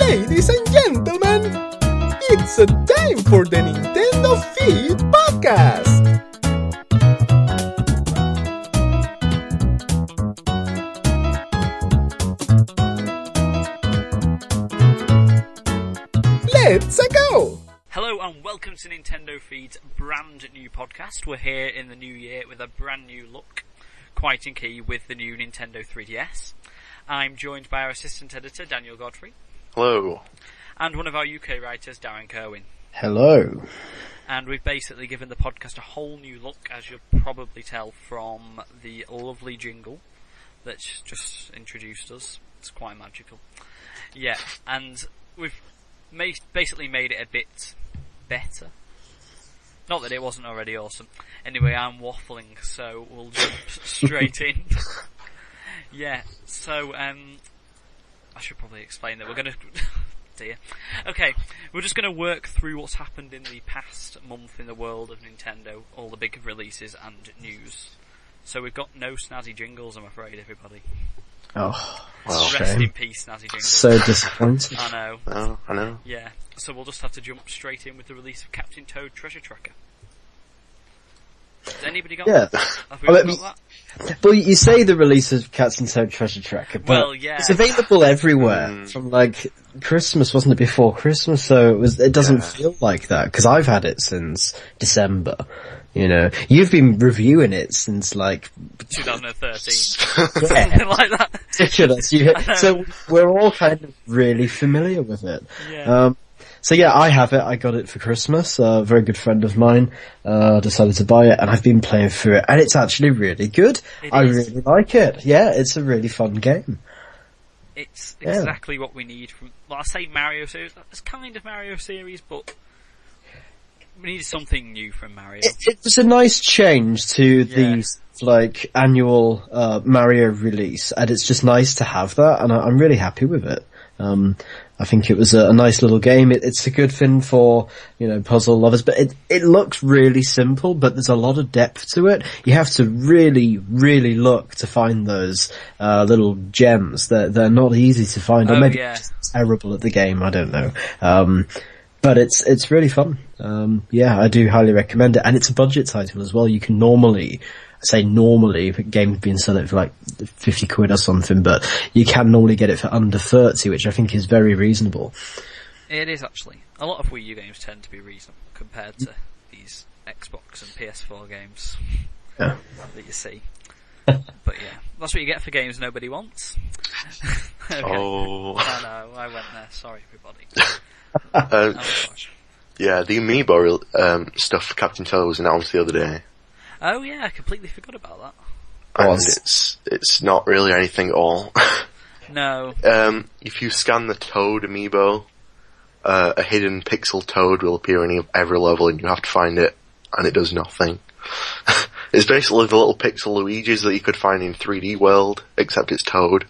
Ladies and gentlemen, it's a time for the Nintendo Feed podcast. Let's go! Hello and welcome to Nintendo Feed's brand new podcast. We're here in the new year with a brand new look, quite in key with the new Nintendo 3DS. I'm joined by our assistant editor Daniel Godfrey Hello. and one of our UK writers Darren Kerwin. Hello. And we've basically given the podcast a whole new look, as you'll probably tell from the lovely jingle that's just introduced us. It's quite magical. Yeah, and we've ma- basically made it a bit better. Not that it wasn't already awesome. Anyway, I'm waffling, so we'll jump straight in. yeah, so, um, I should probably explain that we're gonna, dear. Okay, we're just gonna work through what's happened in the past month in the world of Nintendo, all the big releases and news. So we've got no snazzy jingles, I'm afraid, everybody. Oh, Rest in shame. peace, snazzy jingles. So disappointed. I know. Oh, I know. Yeah, so we'll just have to jump straight in with the release of Captain Toad Treasure Tracker. Has anybody got Yeah. that? Have we Well, all it got was- that? Well, you say the release of Cats and Toad Treasure Tracker, but Well, yeah. Mm. it's available everywhere. From like Christmas, wasn't it before Christmas? So it was. It doesn't Yeah. feel like that because I've had it since December. You know, you've been reviewing it since like 2013. yeah, Something like that. ridiculous. You, so we're all kind of really familiar with it. Yeah. Um, so yeah, I have it. I got it for Christmas. A very good friend of mine uh, decided to buy it, and I've been playing through it, and it's actually really good. It I is. really like it. Yeah, it's a really fun game. It's Yeah. exactly what we need from, well I say Mario series, it's kind of Mario series, but we need something new from Mario. It, it was a nice change to Yeah. the like annual uh, Mario release, and it's just nice to have that, and I, I'm really happy with it. Um, I think it was a, a nice little game. It, it's a good thing for you know puzzle lovers, but it it looks really simple, but there's a lot of depth to it. You have to really, really look to find those uh, little gems. They're they're not easy to find, Oh, or maybe yeah. just terrible at the game. I don't know. Um, but it's it's really fun. Um, yeah, I do highly recommend it, and it's a budget title as well. You can normally I say normally if a game's been selling for like fifty quid or something, but you can normally get it for under thirty, which I think is very reasonable. It is actually. A lot of Wii U games tend to be reasonable compared to these Xbox and PS4 games Yeah. that you see. but yeah, that's what you get for games nobody wants. okay. Oh, I know, I went there. Sorry, everybody. uh, Oh, gosh. yeah. The amiibo um, stuff for Captain Toad was announced the other day, Oh yeah, I completely forgot about that. and Was. it's it's not really anything at all. No, um, if you scan the Toad amiibo, uh, a hidden pixel Toad will appear in e-, every level, and you have to find it, and it does nothing. it's basically the little pixel Luigi's that you could find in 3D World, except it's Toad,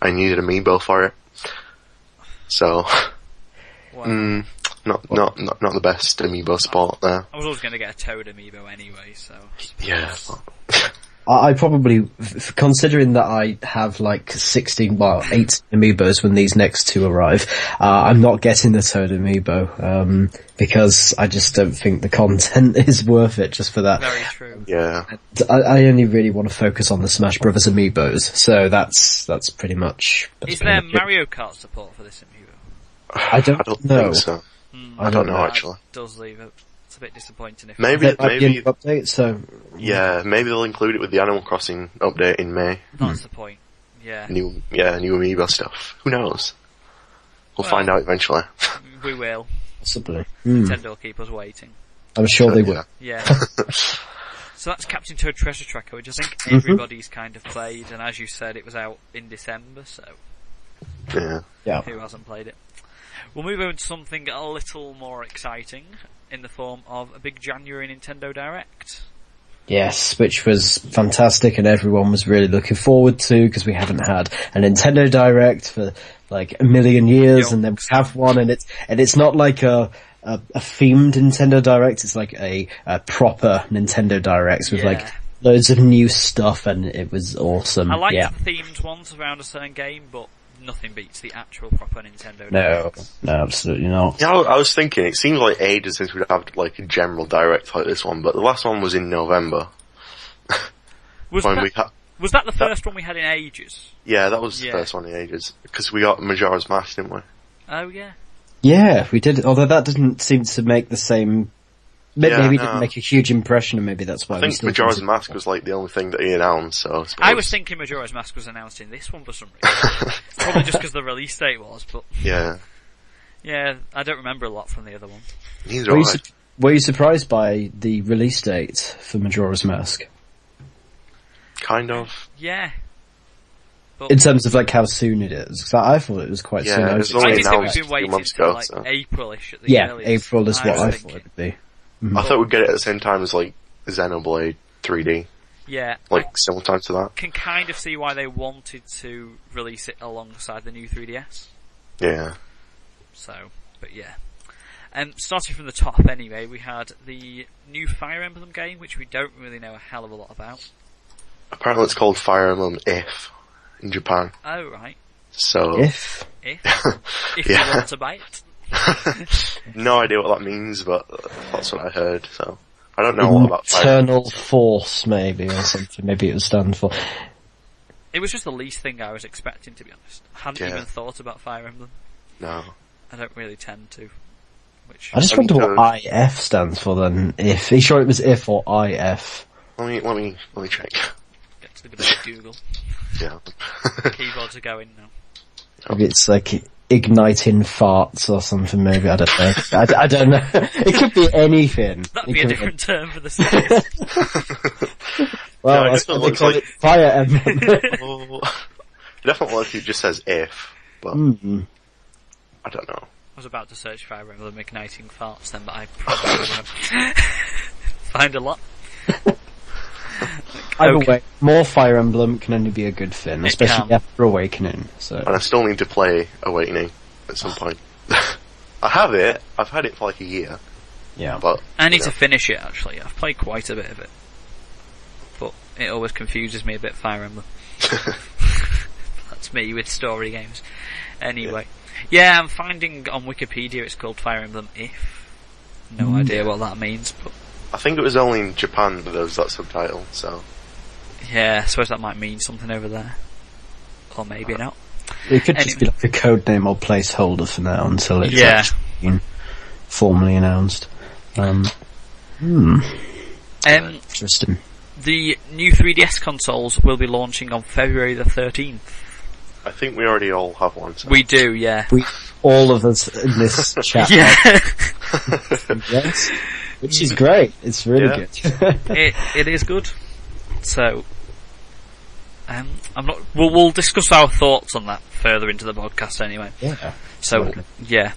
and you need an amiibo for it. So. well, Mm, not, not not not the best amiibo spot there. I was always going to get a Toad amiibo anyway, so Yeah. I, I probably, f- considering that I have like 16, well, 8 amiibos when these next two arrive, uh, I'm not getting the Toad amiibo, um, because I just don't think the content is worth it just for that. very true. Yeah. I, I only really want to focus on the Smash Brothers amiibos, so that's, that's pretty much, that's Is pretty there much it. Mario Kart support for this amiibo? Hmm. I don't, I don't know. think so. I don't know, That Actually. does leave it. It's a bit disappointing if Maybe There might be a maybe new update, so yeah, maybe they'll include it with the Animal Crossing update in May. that's the point. Yeah, New yeah, new amiibo stuff. Who knows? We'll Well. find out eventually. we will. possibly. Hmm. Nintendo will keep us waiting. I'm sure they Yeah. will. Yeah. so that's Captain Toad Treasure Tracker, which I think everybody's kind of played, and as you said, it was out in December, so Yeah. Yeah. who hasn't played it? We'll move on to something a little more exciting in the form of a big January Nintendo Direct. Yes, which was fantastic and everyone was really looking forward to because we haven't had a Nintendo Direct for like a million years Yeah. and then we have one and it's, and it's not like a, a, a themed Nintendo Direct, it's like a, a proper Nintendo Direct with like Yeah. loads of new stuff and it was awesome. I liked Mm, yeah. the themed ones around a certain game, but nothing beats the actual proper Nintendo. No, Directs. no, absolutely not. Yeah, I I was thinking, it seems like ages since we'd have like a general direct like this one, but the last one was in November. Was When that, we had, was that the first one we had in ages? yeah, that was the Yeah. first one in ages. Because we got Majora's Mask, didn't we? Oh yeah. Yeah, we did. Although that didn't seem to make the same. ma- Yeah, maybe it no. didn't make a huge impression, and maybe that's why I we think still Majora's consider- Mask was like the only thing that he announced, so. suppose- I was thinking Majora's Mask was announced in this one for some reason. Probably just because the release date was, but Yeah. yeah, I don't remember a lot from the other one. Neither Were you, do I. su- were you surprised by the release date for Majora's Mask Kind of. Yeah. in terms of like how soon it is? 'Cause I I thought it was quite Oh. Yeah, soon. I it was was only I expecting- just think we've announced a been few waiting months till ago, like so. April-ish at the yeah, earliest. April is what was I, thinking. thought it'd be. I thought we'd get it at the same time as like Xenoblade 3D. Yeah, I Like, similar time to that. can kind of see why they wanted to release it alongside the new 3DS. Yeah. So, but yeah. Um, starting from the top anyway, we had the new Fire Emblem game, which we don't really know a hell of a lot about. Apparently it's called Fire Emblem If in Japan. Oh right, So. If if if you Yeah. want to buy it, No idea what that means, but that's what I heard, so. I don't know Mm, a lot about Fire Eternal Force, maybe or something. Maybe it would stand for. it was just the least thing I was expecting to be honest. I hadn't Yeah. even thought about Fire Emblem. No. I don't really tend to. Which I just Eternal wonder what Force. IF stands for then. If are you sure it was if or IF? Let me, let me, let me check. gets a bit of Google. Yeah. Keyboards are going now. Oh. Maybe it's like igniting farts or something. Maybe I don't know. I, I don't know. It could be anything. That'd It be a could different term for the series. Well, No, it that's just what they looks call like- it Fire Emblem. Oh. Definitely like it just says if, but I don't know. I was about to search Fire Emblem igniting farts then, but I probably won't find a lot. Either Okay. way, more Fire Emblem can only be a good thing, especially can. after Awakening. So And I still need to play Awakening at some point. I have it. I've had it for like a year, yeah, but I need Yeah. to finish it actually. I've played quite a bit of it, but it always confuses me a bit. Fire Emblem. That's me with story games. Anyway, yeah. I'm finding on Wikipedia it's called Fire Emblem If. No idea what that means, but I think it was only in Japan that there was that subtitle, so. yeah, I suppose that might mean something over there, or maybe not. it could just Anyway. be like a code name or placeholder for now until it's Yeah. actually formally announced. Um, hmm, Um, interesting. the new 3DS consoles will be launching on February the 13th. I think we already all have one. So. We do, yeah. We all of us in this chat, Yeah. yes, which is great. It's really Yeah. good. it, it is good. So, um, I'm not. We'll, we'll discuss our thoughts on that further into the podcast anyway. yeah. So, Okay. yeah.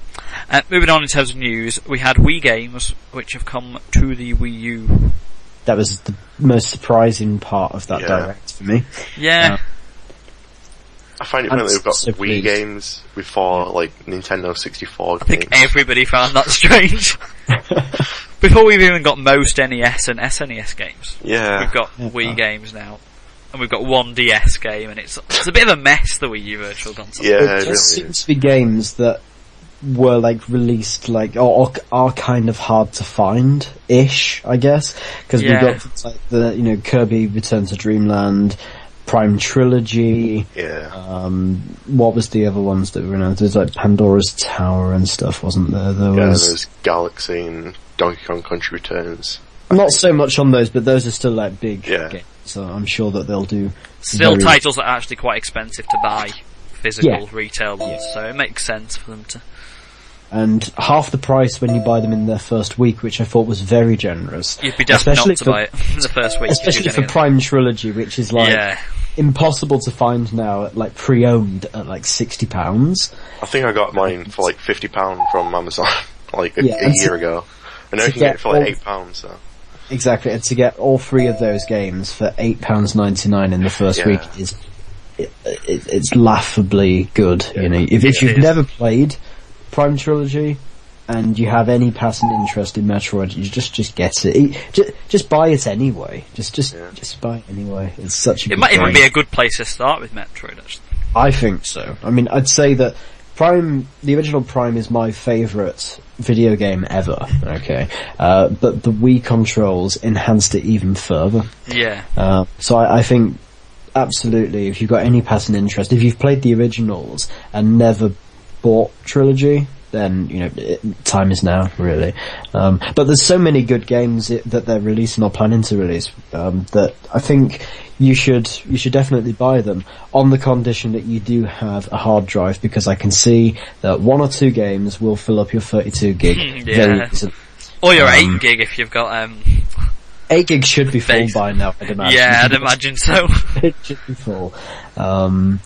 Uh, moving on in terms of news, we had Wii games which have come to the Wii U. That was the most surprising part of that Yeah. direct for me. Yeah, Yeah. Ah, I find it I'm funny that we've got so Wii pleased. games before like Nintendo 64 I think games. everybody found that strange. Before we've even got most NES and SNES games, Yeah. we've got Wii games now, and we've got one DS game, and it's it's a bit of a mess the Wii U Virtual Console. Yeah, there it Uh, really just seems is. to be games that were like released like or, or are kind of hard to find ish I guess because Yeah. we've got things like the you know Kirby Return to Dreamland Prime Trilogy Yeah. um what was the other ones that were announced there's like Pandora's Tower and stuff wasn't there there Yeah, was there's Galaxy and Donkey Kong Country Returns. not so much on those but those are still like big Yeah. games so I'm sure that they'll do Still very- titles that are actually quite expensive to buy, physical Yeah. retail ones, so it makes sense for them to. and half the price when you buy them in their first week which I thought was very generous You'd be daft Especially not to for- buy it in the first week. if you're especially for gonna get- Prime Trilogy, which is like Yeah. impossible to find now, at, like pre-owned at like sixty pounds. I think I got mine for like fifty pound from Amazon like a, Yeah, a and to- year ago. I know to you can get it for like get eight pounds. So Exactly, and to get all three of those games for eight pounds ninety nine in the first Yeah. week is it, it, it's laughably good. You know, if, if It you've is. never played Prime Trilogy. And you have any passing interest in Metroid, you just just get it. Just, just buy it anyway. Just just just buy it anyway. It's such a It good might even game. be a good place to start with Metroid, actually. I think so. I mean, I'd say that Prime, the original Prime is my favourite video game ever, okay? Uh, but the Wii controls enhanced it even further. Yeah. Uh, so I, I think absolutely, if you've got any passing interest, if you've played the originals and never bought trilogy, then you know it, time is now really. Um, but there's so many good games i that they're releasing or planning to release um, that I think you should you should definitely buy them on the condition that you do have a hard drive because I can see that one or two games will fill up your 32 gig Yeah. very easily. Or your Um, 8 gig if you've got, um, Eight gigs should be full Base. by now, I'd imagine. yeah, I'd imagine so. it should be full. Um,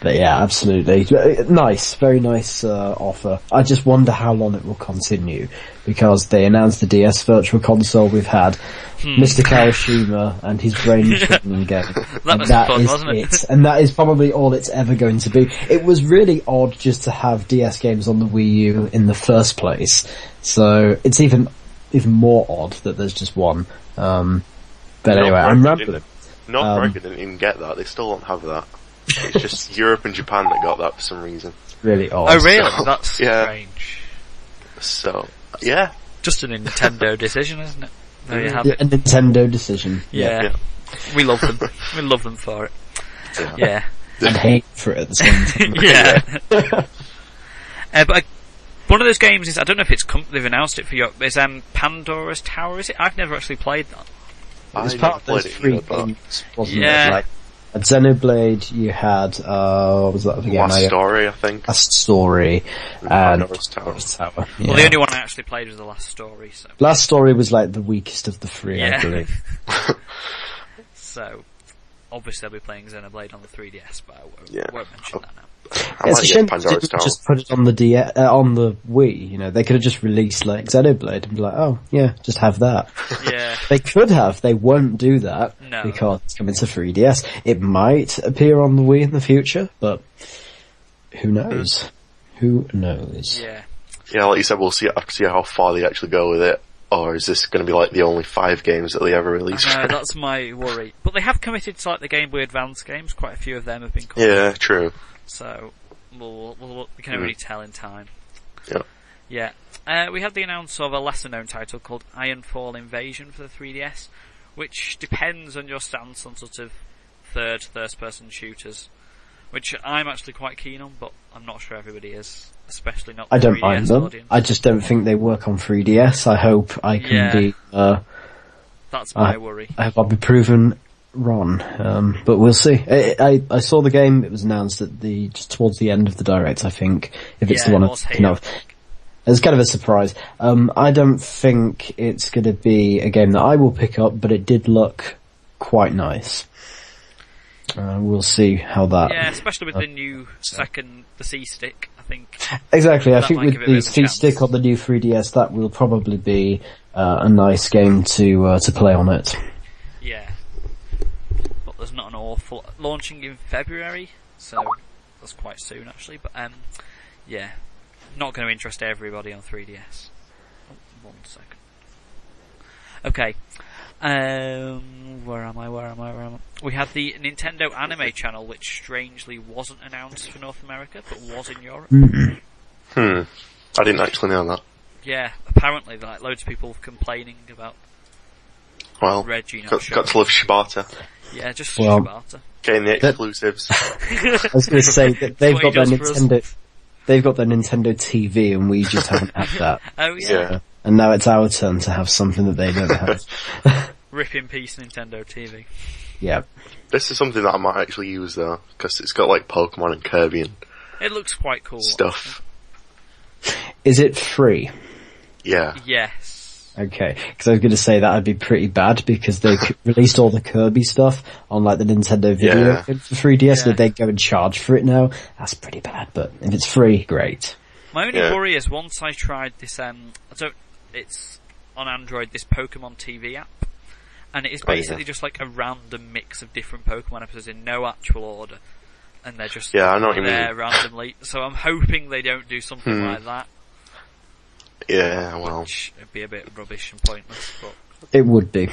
but yeah, absolutely. Nice, very nice uh, offer. I just wonder how long it will continue because they announced the DS Virtual Console we've had, Hmm. Mr. Kawashima and his brain machine game. and was fun, is wasn't it? And that is probably all it's ever going to be. It was really odd just to have DS games on the Wii U in the first place. So it's even even more odd that there's just one. Um, but Not anyway, very I'm good, rambling. North Um, America didn't even get that. They still don't have that. It's just Europe and Japan that got that for some reason. Really odd. Oh really? That's Yeah. strange. So, yeah. Just a Nintendo decision, isn't it? There you have Yeah, it. a Nintendo decision. Yeah. Yeah. We love them. We love them for it. Yeah. Yeah. And hate for it at the same time. yeah. uh, but I, one of those games is I don't know if it's come, they've announced it for Europe. Is um Pandora's Tower? Is it? I've never actually played that. It was I part of never played those it, three you know, but games, wasn't Yeah. it? Like, at Xenoblade, you had, uh, what was that again? Last I- story, I think. Last Story, and Pandora's Tower. Tower. Well, yeah. the only one I actually played was the last story. So, Last Story was like the weakest of the three, Yeah. I believe. so obviously I'll be playing Xenoblade on the 3DS, but I won't, Yeah. won't mention that now. I it's might a get shame they Pandora's didn't Tower. just put it on the D- uh, on the Wii. You know, they could have just released like Xenoblade and be like, "Oh yeah, just have that." Yeah. They could have. They won't do that No. because it's coming to 3DS. It might appear on the Wii in the future, but who knows? Who knows? Yeah. Yeah, like you said, we'll see, have to see how far they actually go with it. Or is this going to be like the only five games that they ever release? No, that's my worry. But they have committed to like the Game Boy Advance games. Quite a few of them have been called. yeah, true. So we'll, we'll, we'll- we Hmm. can only tell in time. Yeah. Yeah. Uh, we had the announce of a lesser known title called Ironfall Invasion for the 3DS, which depends on your stance on sort of third, first person shooters, which I'm actually quite keen on, but I'm not sure everybody is, especially not the I don't 3DS mind them. audience. I just don't think they work on 3DS. I hope I can Yeah. be, uh, That's my I- worry. I hope I'll be proven wrong. Um, but we'll see. I, I, I saw the game. It was announced at the, just towards the end of the direct, I think. If it's Yeah, the one it I'm was thinking here. of. It's kind of a surprise. Um, I don't think it's going to be a game that I will pick up, but it did look quite nice. Uh, we'll see how that. Yeah, especially with the new Uh, second, the C stick, I think. Exactly. I That think might with give it a the bit of a C chance. stick on the new 3DS, that will probably be uh, a nice game to uh, to play on it. Yeah. But there's not an awful launching in February, so that's quite soon actually. But um, yeah, not going to interest everybody on 3DS. Oh, One second. Okay. Um, where am I? Where am I? Where am I? We had the Nintendo Anime Channel, which strangely wasn't announced for North America, but was in Europe. Hmm. I didn't actually know that. Yeah, apparently, like loads of people complaining about. Well, Reggie, not got, sure. got to love Shibata. Yeah, just Well, Shibata. Getting the That- exclusives. I was going to say that they've what he got their does for us. Nintendo, they've got their Nintendo TV, and we just haven't had that. Oh yeah. yeah. And now it's our turn to have something that they don't have. rip in peace, Nintendo TV. yeah. This is something that I might actually use though, because it's got like Pokemon and Kirby and It looks quite cool. stuff. Is it free? Yeah. Yes. Okay, because I was going to say that would be pretty bad because they c- released all the Kirby stuff on like the Nintendo video Yeah. game for 3DS. Yeah. Did they go and charge for it now? That's pretty bad. But if it's free, great. My only Yeah. worry is once I tried this, um, I don't, it's on Android, this Pokemon TV app. And it is Oh, yeah. basically just like a random mix of different Pokemon episodes in no actual order. And they're just Yeah, I know what you there mean. Hmm. randomly. So I'm hoping they don't do something like that, Yeah, well, which would be a bit rubbish and pointless, but It would be.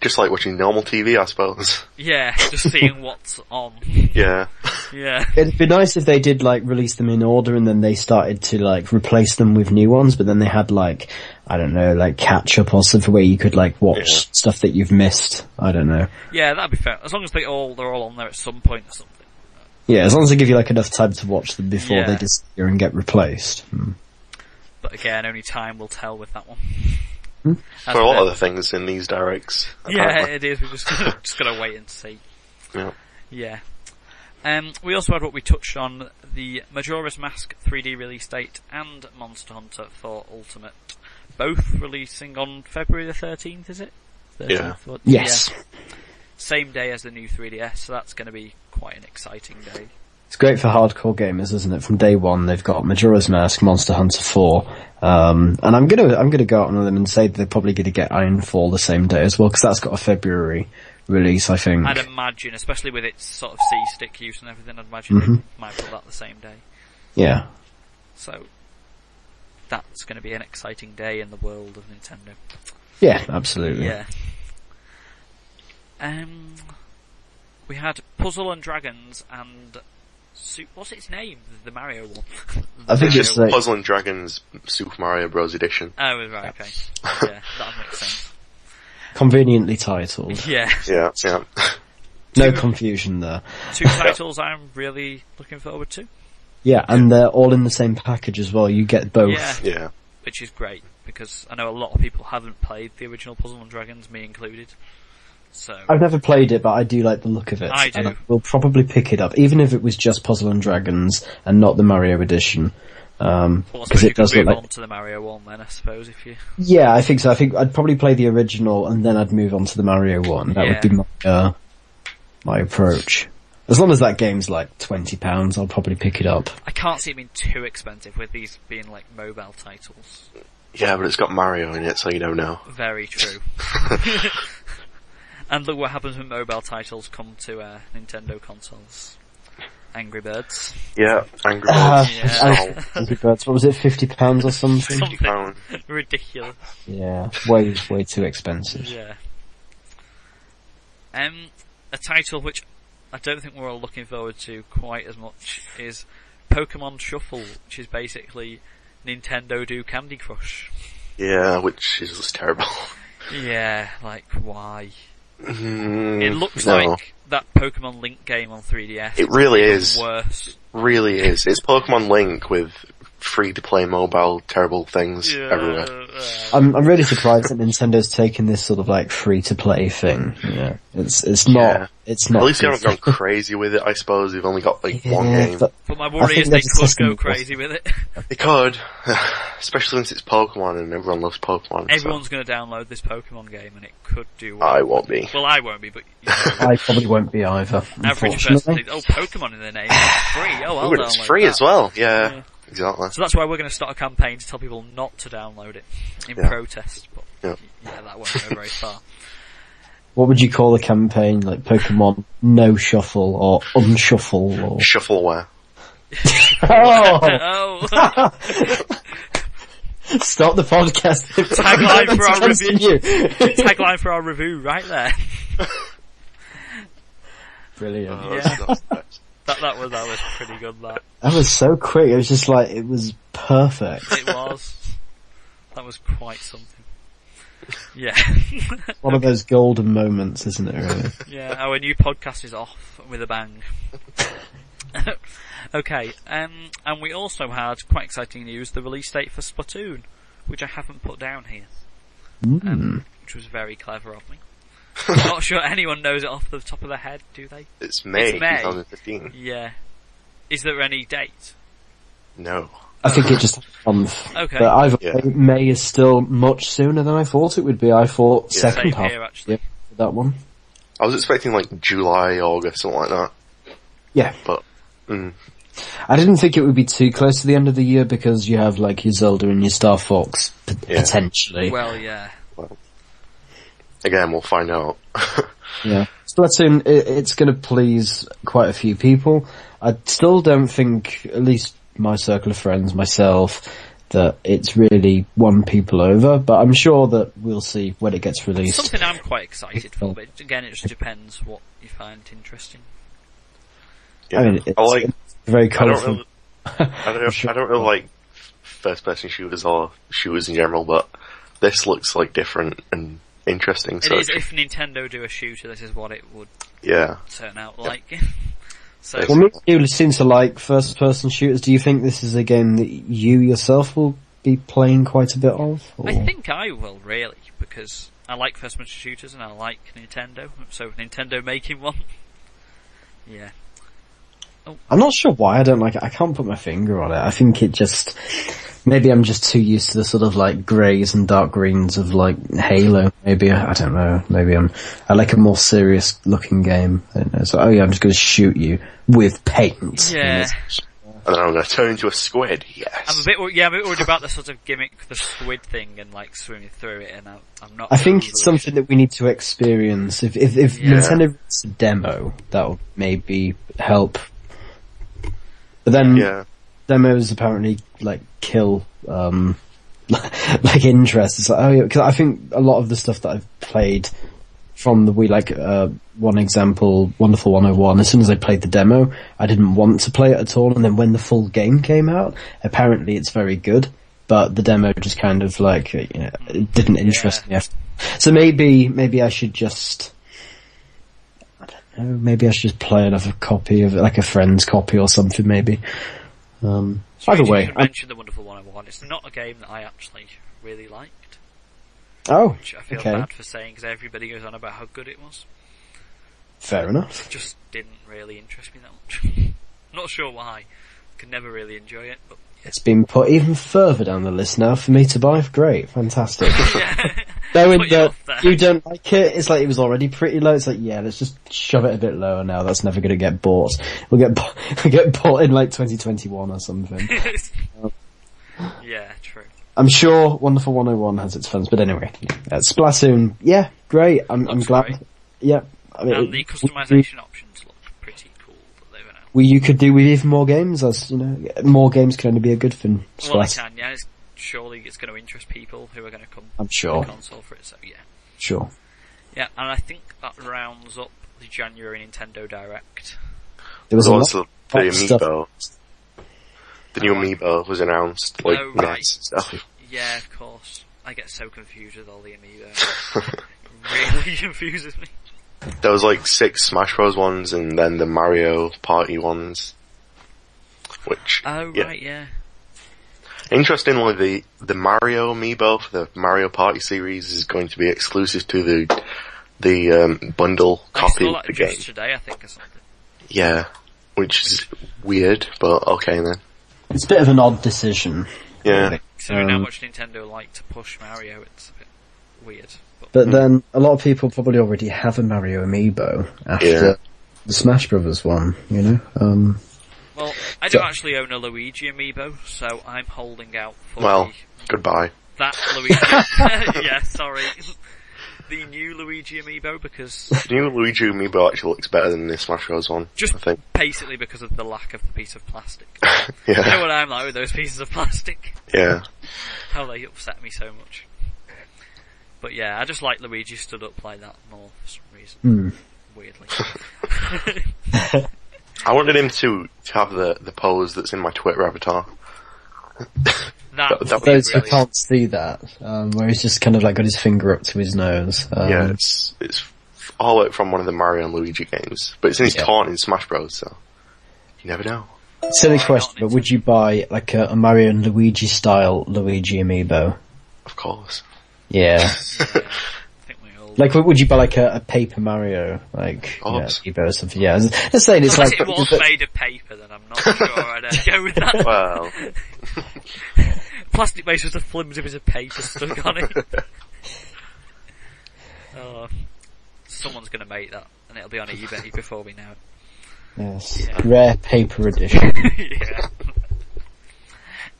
just like watching normal TV, I suppose. yeah, just seeing what's on. Yeah. Yeah. It'd be nice if they did like release them in order and then they started to like replace them with new ones, but then they had like, I don't know, like catch up or something where you could like watch Yeah. stuff that you've missed. I don't know. Yeah, that'd be fair. As long as they all they're all on there at some point or something. Yeah, as long as they give you like enough time to watch them before Yeah. they disappear and get replaced. Hmm. But again, only time will tell with that one. As For a lot with- of the things in these directs. yeah, apparently. it is. We're just gonna, just gonna wait and see. Yeah. Yeah. Um, we also had what we touched on, the Majora's Mask 3D release date and Monster Hunter 4 Ultimate. Both releasing on February the 13th, is it? 13th, Yeah. or- Yes. yeah. Same day as the new 3DS, so that's gonna be quite an exciting day. It's great for hardcore gamers, isn't it? From day one, they've got Majora's Mask, Monster Hunter 4, um, and I'm gonna, I'm gonna go out on a limb and say that they're probably gonna get Iron Fall the same day as well, cause that's got a February release, I think. I'd imagine, especially with its sort of C-stick use and everything, I'd imagine they might put that the same day. Yeah. So, that's gonna be an exciting day in the world of Nintendo. Yeah, absolutely. Yeah. Um, we had Puzzle and Dragons and Su- what's its name? The Mario one. I It's think it's just like, Puzzle and Dragons Super Mario Bros. edition. Oh right, okay. Yeah, that makes sense. conveniently titled. Yeah, Yeah, yeah. No confusion there. two titles I'm really looking forward to, Yeah, and they're all in the same package as well. You get both. Yeah. yeah. which is great because I know a lot of people haven't played the original Puzzle and Dragons, me included. So I've never played it, but I do like the look of it. I do. And I will probably pick it up, even if it was just Puzzle and Dragons and not the Mario edition. Um, well, I because suppose you it could does move look like, on to the Mario one then, I suppose, if you. yeah, I think so. I think I'd probably play the original and then I'd move on to the Mario one. That would Yeah. be my, uh, my approach. As long as that game's like twenty pounds, I'll probably pick it up. I can't see it being too expensive with these being like mobile titles. Yeah, but it's got Mario in it, so you don't know. Very true. and look what happens when mobile titles come to uh, Nintendo consoles. Angry Birds. Yeah, Angry Uh, Birds. Yeah. Oh, Angry Birds, what was it, fifty pounds or something? Something Pound. ridiculous. Yeah, way way too expensive. Yeah. Um, a title which I don't think we're all looking forward to quite as much is Pokemon Shuffle, which is basically Nintendo do Candy Crush. yeah, which is just terrible. Yeah, like why? Mm, It looks no. like that Pokemon Link game on 3DS. It really Even is. Worse. Really is. It's Pokemon Link with free to play mobile terrible things everywhere. uh, I'm I'm really surprised that Nintendo's taken this sort of like free to play thing. Yeah, it's it's not Yeah. it's not. At least they haven't good. gone crazy with it, I suppose. They've only got like one Yeah, game. but But my I worry think is they there's a could system go that- crazy with it. They could. Especially since it's Pokemon and everyone loves Pokemon. so- Everyone's going to download this Pokemon game, and it could do well. I won't be. well, I won't be, but you know, I probably won't be either. average person. Unfortunately, thinks, Oh, Pokemon in their name, it's free. Oh, I'll Ooh, and it's download free that. as well. Yeah, Yeah. exactly. So that's why we're going to start a campaign to tell people not to download it in Yeah. protest. But Yeah. yeah, that won't go very far. what would you call the campaign? Like Pokemon No Shuffle or Unshuffle or? Shuffleware. Oh, oh, stop the podcast! Tagline for our That's review. against you. tagline for our review right there. Brilliant. Oh, Yeah. that's not- That that was that was pretty good. That That was so quick. It was just like it was perfect. it was. That was quite something. Yeah. One of those golden moments, isn't it? Really. Yeah, our new podcast is off with a bang. okay, um, and we also had quite exciting news: the release date for Splatoon, which I haven't put down here, Hmm. um, which was very clever of me. I'm not sure anyone knows it off the top of their head, do they? It's May, It's May. 2015. Yeah. Is there any date? No. I think it just month. Okay. But either Yeah. way, May is still much sooner than I thought it would be. I thought Yeah. second Same half. here, actually. yeah, for that one. I was expecting like July, August, something like that. Yeah. But mm, I didn't think it would be too close to the end of the year because you have like your Zelda and your Star Fox p- Yeah. potentially. Well, yeah. again, we'll find out. Yeah. Splatoon, i it's going to please quite a few people. I still don't think, at least my circle of friends, myself, that it's really won people over, but I'm sure that we'll see when it gets released. Something I'm quite excited for, but again, it just depends what you find interesting. I mean, it's I like. very I don't colourful. really. I don't. Know, I don't really like first-person shooters or shooters in general, but this looks like different and interesting. It So is, if Nintendo do a shooter, this is what it would yeah, turn out like. so, Yes. Well, me and you seem to like first-person shooters. Do you think this is a game that you yourself will be playing quite a bit of? Or? I think I will really, because I like first person shooters and I like Nintendo, so Nintendo making one. Yeah. I'm not sure why I don't like it. I can't put my finger on it. I think it just maybe I'm just too used to the sort of like greys and dark greens of like Halo. Maybe I don't know. Maybe I'm I like a more serious looking game. I don't know. So oh yeah, I'm just going to shoot you with paint. Yeah. and then I'm going to turn into a squid. I'm a Yes, bit, wor- yeah, I'm a bit worried about the sort of gimmick, the squid thing and like swimming through it and I, I'm not. I think overly it's something that we need to experience. If if, if Yeah. Nintendo releases a demo, that'll maybe help. But then yeah. demos apparently like kill um like interest. It's like oh yeah, because I think a lot of the stuff that I've played from the Wii, like uh, one example, Wonderful 101. As soon as I played the demo, I didn't want to play it at all, and then when the full game came out, apparently it's very good. But the demo just kind of like you know, it didn't interest me. So maybe maybe I should just I don't know. Maybe I should just play another copy of it, like a friend's copy or something. Maybe. Um, either You way, should I, mention the Wonderful 101. It's not a game that I actually really liked, oh, which I feel okay, bad for saying because everybody goes on about how good it was. fair enough. Just didn't really interest me that much. not sure why. Could never really enjoy it, but It's been put even further down the list now for me to buy. Great, fantastic. Knowing Put you that off there. you don't like it, it's like it was already pretty low. It's like, yeah, let's just shove it a bit lower now. That's never going to get bought. We'll get bu- we'll get bought in like 2021 or something. yeah, true. I'm sure Wonderful 101 has its fans, but anyway, uh, Splatoon, yeah, great. I'm, I'm Looks glad. great. Yeah, I mean, And the it- customization options look pretty cool that they've announced. we, you could do with even more games, as you know, more games can only be a good thing. Well, it Splat- can, yeah. It's, surely it's going to interest people who are going to come I'm to sure, the console for it, so yeah. sure. Yeah, and I think that rounds up the January Nintendo Direct. There was a So lot what's the, the of stuff. amiibo? The new amiibo was announced, like Uh, Oh, next right. stuff. Yeah, of course. I get so confused with all the Amiibo. really confuses me. There was like six Smash Bros ones, and then the Mario Party ones. Which Oh, yeah. right, yeah. Interestingly, the the Mario amiibo for the Mario Party series is going to be exclusive to the the um, bundle I copy saw of that the just game. today, I think, or something. Yeah, which is weird, but okay then. It's a bit of an odd decision. Yeah, Considering how Um, much Nintendo like to push Mario, it's a bit weird. But, But then a lot of people probably already have a Mario amiibo after Yeah. the Smash Brothers one, you know? Um, well, I do So- actually own a Luigi Amiibo, so I'm holding out for well, the goodbye. That Luigi. yeah, sorry. The new Luigi amiibo because The new Luigi amiibo actually looks better than the Smash Bros one. just I think. basically because of the lack of the piece of plastic. You know Yeah, what I'm like with those pieces of plastic? yeah. How they upset me so much. But yeah, I just like Luigi stood up like that more for some reason. Weirdly. I wanted him to, to have the, the pose that's in my Twitter avatar. That, That- that would be those who really- can't see that, um, where he's just kind of like got his finger up to his nose. Um, yeah, it's it's all out from one of the Mario and Luigi games, but it's in his Yeah. taunt in Smash Bros. So you never know. Silly Why question, not? but would you buy like a, a Mario and Luigi style Luigi amiibo? Of course. Yeah. yeah, I think we all. like, would would you buy like a, a Paper Mario, like, you know, Course. amiibo or something? Yeah. Let's say it's Unless like, it was made of paper, then I'm not sure I'd uh, go with that. Well, plastic base was a flimsy bit of paper stuck on it. oh, someone's gonna make that, and it'll be on eBay before we know yes. rare paper edition. it. yeah.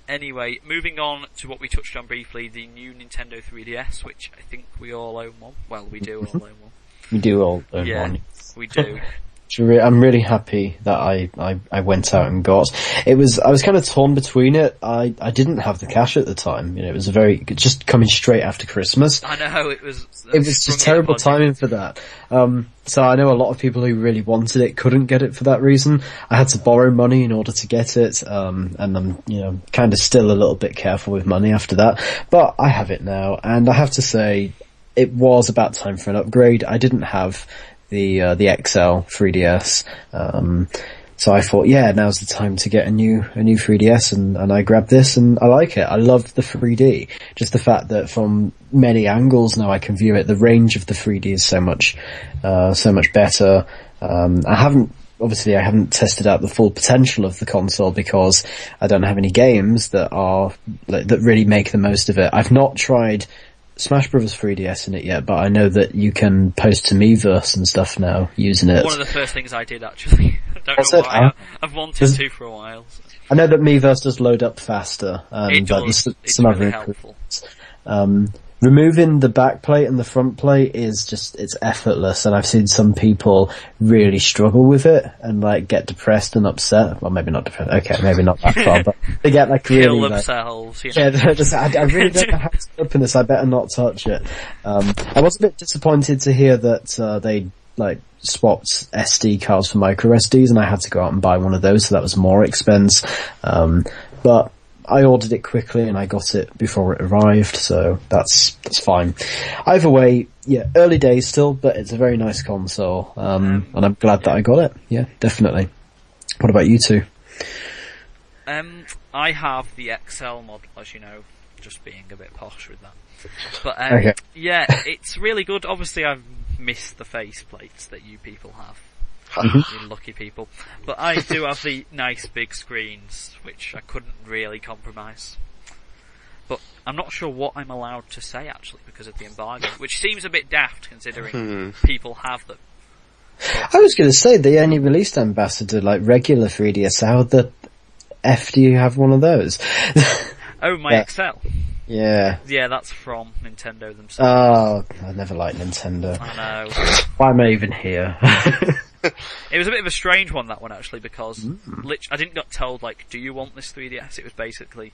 Anyway, moving on to what we touched on briefly, the new Nintendo 3DS, which I think we all own one. Well, we do all own one. We do all own Yeah, one. we do. which re- I'm really happy that I, I, I went out and got. It was I was kind of torn between it. I, I didn't have the cash at the time. You know, it was a very just coming straight after Christmas. I know it was. It was just terrible timing for that. Um, so I know a lot of people who really wanted it couldn't get it for that reason. I had to borrow money in order to get it, um, and I'm you know kind of still a little bit careful with money after that. But I have it now, and I have to say, it was about time for an upgrade. I didn't have the uh, the XL 3DS, um, so I thought, yeah, now's the time to get a new a new 3DS, and and I grabbed this, and I like it. I love the 3D. Just the fact that from many angles now I can view it. The range of the 3D is so much uh, so much better. Um, I haven't obviously I haven't tested out the full potential of the console because I don't have any games that are that that really make the most of it. I've not tried Smash Brothers 3DS in it yet, but I know that you can post to Miiverse and stuff now using it. One of the first things I did actually. I don't What's know it? why. Huh? I, I've wanted to for a while. so I know that Miiverse does load up faster, um, It but does. there's It's some really other helpful. improvements. Um, removing the back plate and the front plate is just, it's effortless and I've seen some people really struggle with it and like get depressed and upset. Well maybe not depressed, okay, maybe not that far, but they get like really Kill like, themselves. You know. yeah, they're just, I, I really don't know how to open this. I better not touch it. Um, I was a bit disappointed to hear that uh, they like swapped SD cards for micro SDs, and I had to go out and buy one of those, so that was more expense. Um, but I ordered it quickly, and I got it before it arrived, so that's that's fine. Either way, yeah, early days still, but it's a very nice console, um, and I'm glad that I got it. Yeah, definitely. What about you two? Um, I have the XL model, as you know, just being a bit posh with that. But um, Okay. yeah, it's really good. Obviously, I've missed the face plates that you people have. Mm-hmm. you lucky people. But I do have the nice big screens, which I couldn't really compromise. But I'm not sure what I'm allowed to say actually because of the embargo, which seems a bit daft Hmm. considering people have them. I was going to say they only released Ambassador like regular 3DS. How the f do you have one of those? Oh, my Yeah. Excel. yeah. Yeah, that's from Nintendo themselves. Oh, I never liked Nintendo. I know. Why am I even here? It was a bit of a strange one that one actually because Mm. lit- I didn't got told like, do you want this 3ds? It was basically,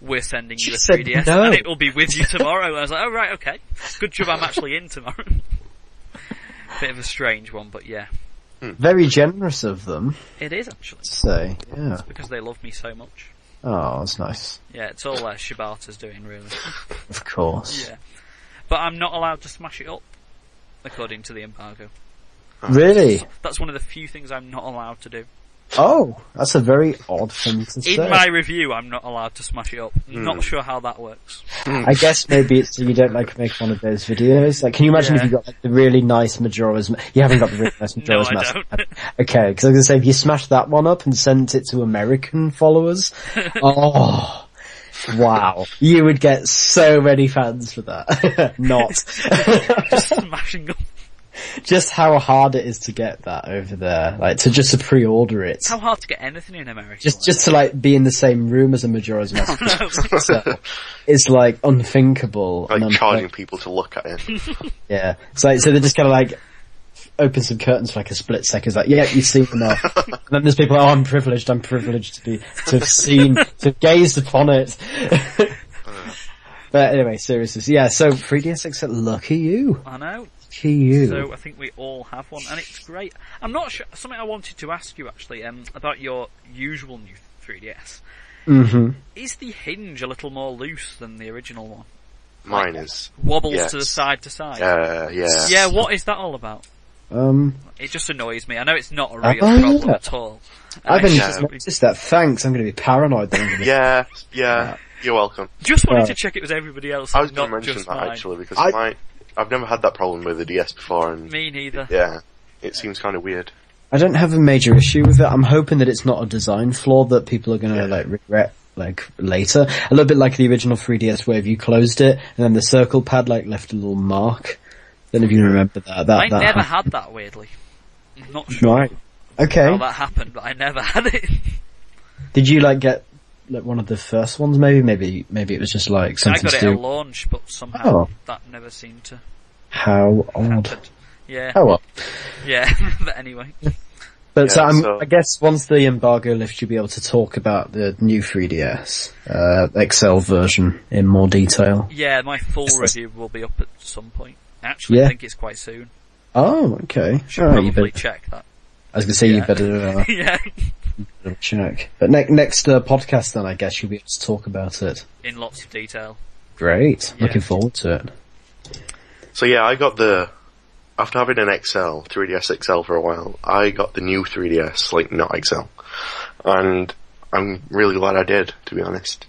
we're sending you She a said 3ds no. and it will be with you tomorrow. And I was like, oh right, okay, good job I'm actually in tomorrow. bit of a strange one, but yeah, Very generous of them. it is actually So yeah. because they love me so much. Oh, that's nice. Yeah, it's all uh, Shibata's doing really. Of course. Yeah, but I'm not allowed to smash it up according to the embargo. Really? That's one of the few things I'm not allowed to do. Oh, that's a very odd thing to say. In my review, I'm not allowed to smash it up. Hmm. Not sure how that works. I guess maybe it's so you don't like make one of those videos. Like, can you imagine if Yeah. you got like the really nice Majora's? Ma- you haven't got the really nice Majora's I Mask. don't. Okay, because I was gonna say if you smashed that one up and sent it to American followers, oh. Wow, you would get so many fans for that. Not smashing up. just how hard it is to get that over there, like to just to pre-order it, How hard to get anything in America? just just to like be in the same room as a Majora's Mask like. itself is like unthinkable. Like and I'm charging people to look at it. Yeah. So so they're just kind of like open some curtains for like a split second. It's like, yeah, you've seen enough. and then there's people, oh, I'm privileged. I'm privileged to be to have seen to have gazed upon it. but anyway, seriously, yeah. So 3ds except lucky you, I know. lucky you. So I think we all have one, and it's great. I'm not sure. Something I wanted to ask you actually um, about your usual new 3DS. Mhm. Is the hinge a little more loose than the original one? Mine is. Wobbles to the Yes. side to side. Uh, yeah. Yeah, what is that all about? um, It just annoys me. I know it's not a real Oh, problem yeah. at all. I've I only just- just noticed that. Thanks. I'm going to be paranoid. Then I'm gonna be- Yeah, yeah. You're welcome. just wanted to Right. check it was everybody else. I was not going to mention just that mine. actually because I- my I've never had that problem with the DS before, and Me neither. yeah, it seems kind of weird. I don't have a major issue with it. I'm hoping that it's not a design flaw that people are going to like regret like later. A little bit like the original 3DS where if you closed it and then the circle pad like left a little mark. Then if you remember that, that, I that never happened. had that weirdly. I'm not sure Right. Okay. how that happened, but I never had it. Did you like get like one of the first ones maybe? Maybe, maybe it was just like I something got to it at do. launch, but somehow Oh. that never seemed to How odd. happen. Yeah, Oh well. yeah. but anyway, But so, Yeah, I'm, so- I guess once the embargo lifts, you'll be able to talk about the new 3DS uh, Excel version in more detail. yeah, my full Is this- review will be up at some point. Actually, I Yeah. think it's quite soon. Oh, okay. Should Alright, you probably better- check that. I was going to say yeah. you better uh, yeah, better check. But ne- next uh, podcast, then I guess you'll be able to talk about it. in lots of detail. Great. Yeah. Looking forward to it. So yeah, I got the after having an XL, 3DS XL for a while, I got the new 3DS, like not XL, and I'm really glad I did, to be honest.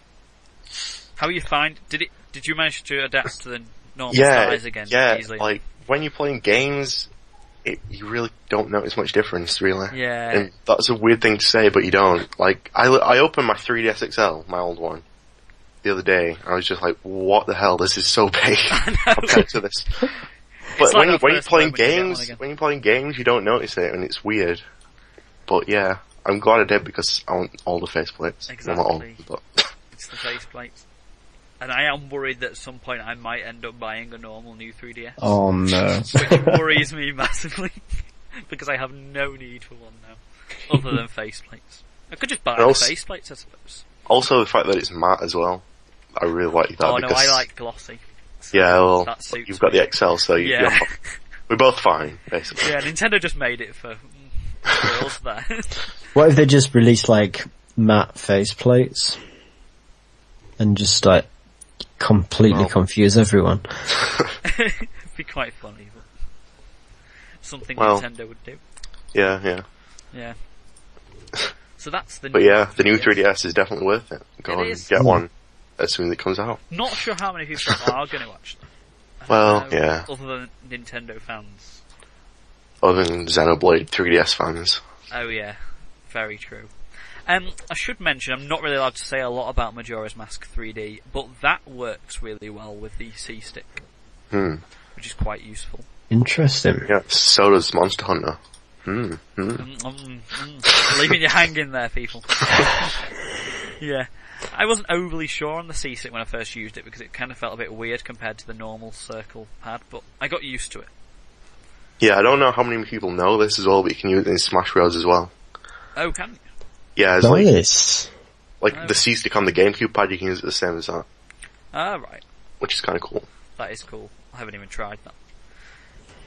How you find? Did it? Did you manage to adapt to the normal Yeah, size again? yeah, easily? like when you're playing games, it, you really don't notice much difference, really. Yeah. and that's a weird thing to say, but you don't. Like I, I opened my 3DS XL, my old one, the other day. I was just like, what the hell? This is so big. know. compared to this. But It's like when, our you, when you're first playing moment you get one games, again. when you're playing games, you don't notice it, and it's weird. But yeah, I'm glad I did because I want all the faceplates. Well, not all, Exactly. but it's the faceplate. And I am worried that at some point I might end up buying a normal new 3DS. Oh no. Worries me massively because I have no need for one now, other than faceplates. I could just buy Or else- faceplates, I suppose. also the fact that it's matte as well. I really like that oh no, because I like glossy. So yeah, well, that suits you've got me. the XL, so you, Yeah. you're fi- we're both fine basically. Yeah, Nintendo just made it for mm, girls there. What if they just released like matte face plates and just like completely Well- confuse everyone? It'd be quite funny, but something Well. Nintendo would do. Yeah, yeah. Yeah. So that's the. But new yeah, the new 3DS is definitely worth it. Go It and is. get one as soon as it comes out. Not sure how many people are going to watch them. I don't Well, know, yeah. Other than Nintendo fans. Other than Xenoblade 3DS fans. Oh yeah, very true. Um, I should mention I'm not really allowed to say a lot about Majora's Mask 3D, but that works really well with the C stick, Hmm. which is quite useful. Interesting. Yeah. So does Monster Hunter. Hmm. Hmm. Mm, mm, mm. Leaving you hanging there, people. yeah. I wasn't overly sure on the C-stick when I first used it because it kind of felt a bit weird compared to the normal circle pad, but I got used to it. Yeah, I don't know how many people know this as well, but you can use it in Smash Bros. as well. Oh, can you? Yeah, it's like Nice. like Oh. the C stick on the GameCube pad, you can use it the same as that, Ah, right. which is kind of cool. That is cool. I haven't even tried that.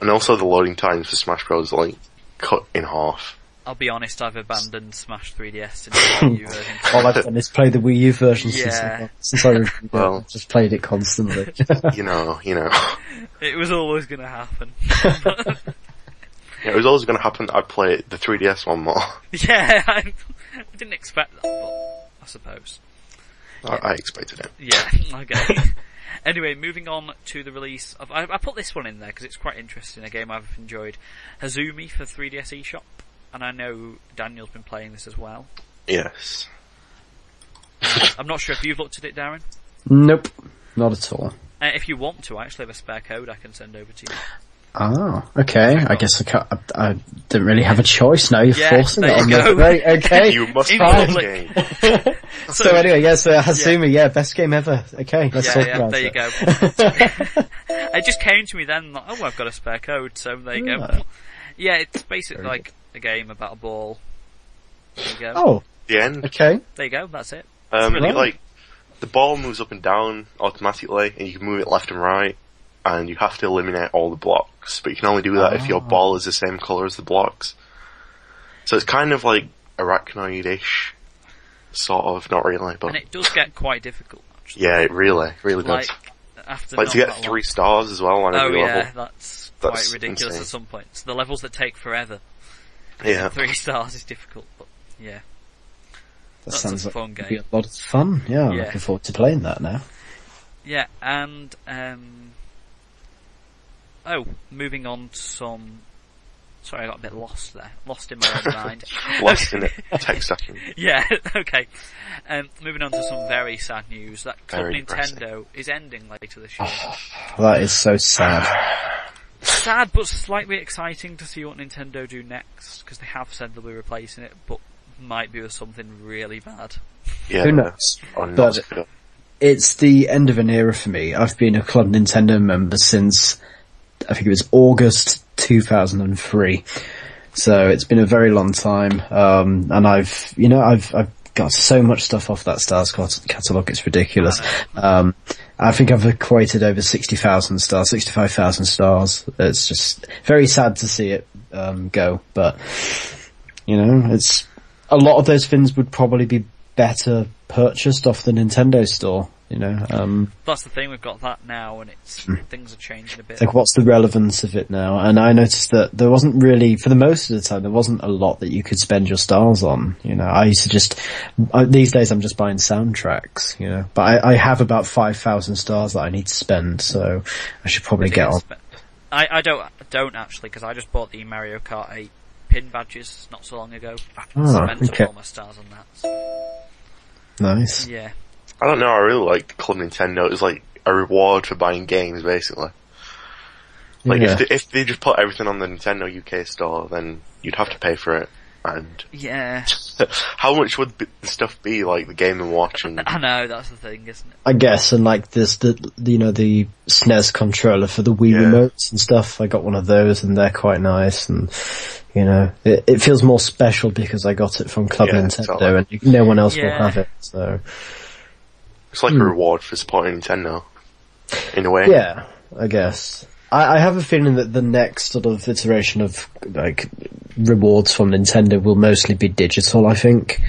And also the loading times for Smash Bros. are, like cut in half. I'll be honest, I've abandoned Smash 3DS in the Wii U version. All I've done is play the Wii U version since, Yeah. I, since I reviewed Well- it. I've just played it constantly. you know, you know. It was always gonna happen. Yeah, it was always going to happen that I play the 3DS one more. yeah, I, I didn't expect that, but I suppose. I, I expected it. Yeah, okay. anyway, moving on to the release of, I, I put this one in there because it's quite interesting, a game I've enjoyed. Hazumi for 3DS eShop, and I know Daniel's been playing this as well. Yes. I'm not sure if you've looked at it, Darren. nope. Not at all. Uh, if you want to, I actually have a spare code I can send over to you. Oh, okay. I guess I can't, I, I didn't really have a choice now. You're Yeah, forcing there it on you me. go. Right, okay. You must In play this public. game. so anyway, yes, uh, Hazumi, yeah. best game ever. Okay, let's Yeah, talk yeah, about there it. you go. it just came to me then, like, oh, I've got a spare code, so there you go. Ah. Yeah, it's basically Very like a game about a ball. There you go. Oh, The end. okay. There you go, that's it. Um, really it, cool. like the ball moves up and down automatically, and you can move it left and right, and you have to eliminate all the blocks. But you can only do that if your Ah. ball is the same color as the blocks. So it's kind of like arachnoid-ish, sort of. Not really, but And it does get quite difficult, actually. yeah, it really, really like, does. after Like not to get that three stars as well on long- Oh every yeah, level. that's, That's quite ridiculous insane. at some points. The levels that take forever, Yeah, three stars is difficult, but yeah. That That's sounds a like fun it'd game. be a lot of fun. Yeah, I'm Yeah. looking forward to playing that now. Yeah, and um, oh, moving on to some. Sorry, I got a bit lost there, lost in my own mind. less than it text action. Yeah, okay. Um, moving on to some very sad news. That Club Very Nintendo depressing. is ending later this year. Oh. That is so sad. sad, but slightly exciting to see what Nintendo do next because they have said they'll be replacing it, but might be with something really bad. Yeah, Who knows? Or not But- good. It's the end of an era for me. I've been a Club Nintendo member since I think it was August 2003. So it's been a very long time, um, and I've, you know, I've, I've got so much stuff off that Stars cat- catalogue, it's ridiculous. Um, I think I've equated over 60,000 stars, 65,000 stars. It's just very sad to see it, um, go, but, you know, it's, a lot of those fins would probably be better purchased off the Nintendo store, you know, um, That's the thing, we've got that now and it's, things are changing a bit. Hmm. like what's the relevance of it now? And I noticed that there wasn't really, for the most of the time, there wasn't a lot that you could spend your stars on. You know, I used to just, I, these days I'm just buying soundtracks, you know, but I, I have about 5,000 stars that I need to spend, so I should probably get on. But I, I don't, I don't actually, because I just bought the Mario Kart 8 pin badges not so long ago. I can Oh, cement okay. up all my stars on that. so, Nice. yeah. I don't know. I really like Club Nintendo. It's like a reward for buying games, basically. Like Yeah. if they, if they just put everything on the Nintendo UK store, then you'd have to pay for it. And Yeah. how much would b- the stuff be? Like the Game and Watch and I know, that's the thing, isn't it? I guess, and like this, the, the, you know, the SNES controller for the Wii Yeah. remotes and stuff. I got one of those and they're quite nice and, you know, it, it feels more special because I got it from Club Yeah, Nintendo totally. and no one else will Yeah. have it, so. it's like a reward for supporting Nintendo in a way. Hmm. Yeah, I guess. I, I have a feeling that the next sort of iteration of like rewards from Nintendo will mostly be digital. I think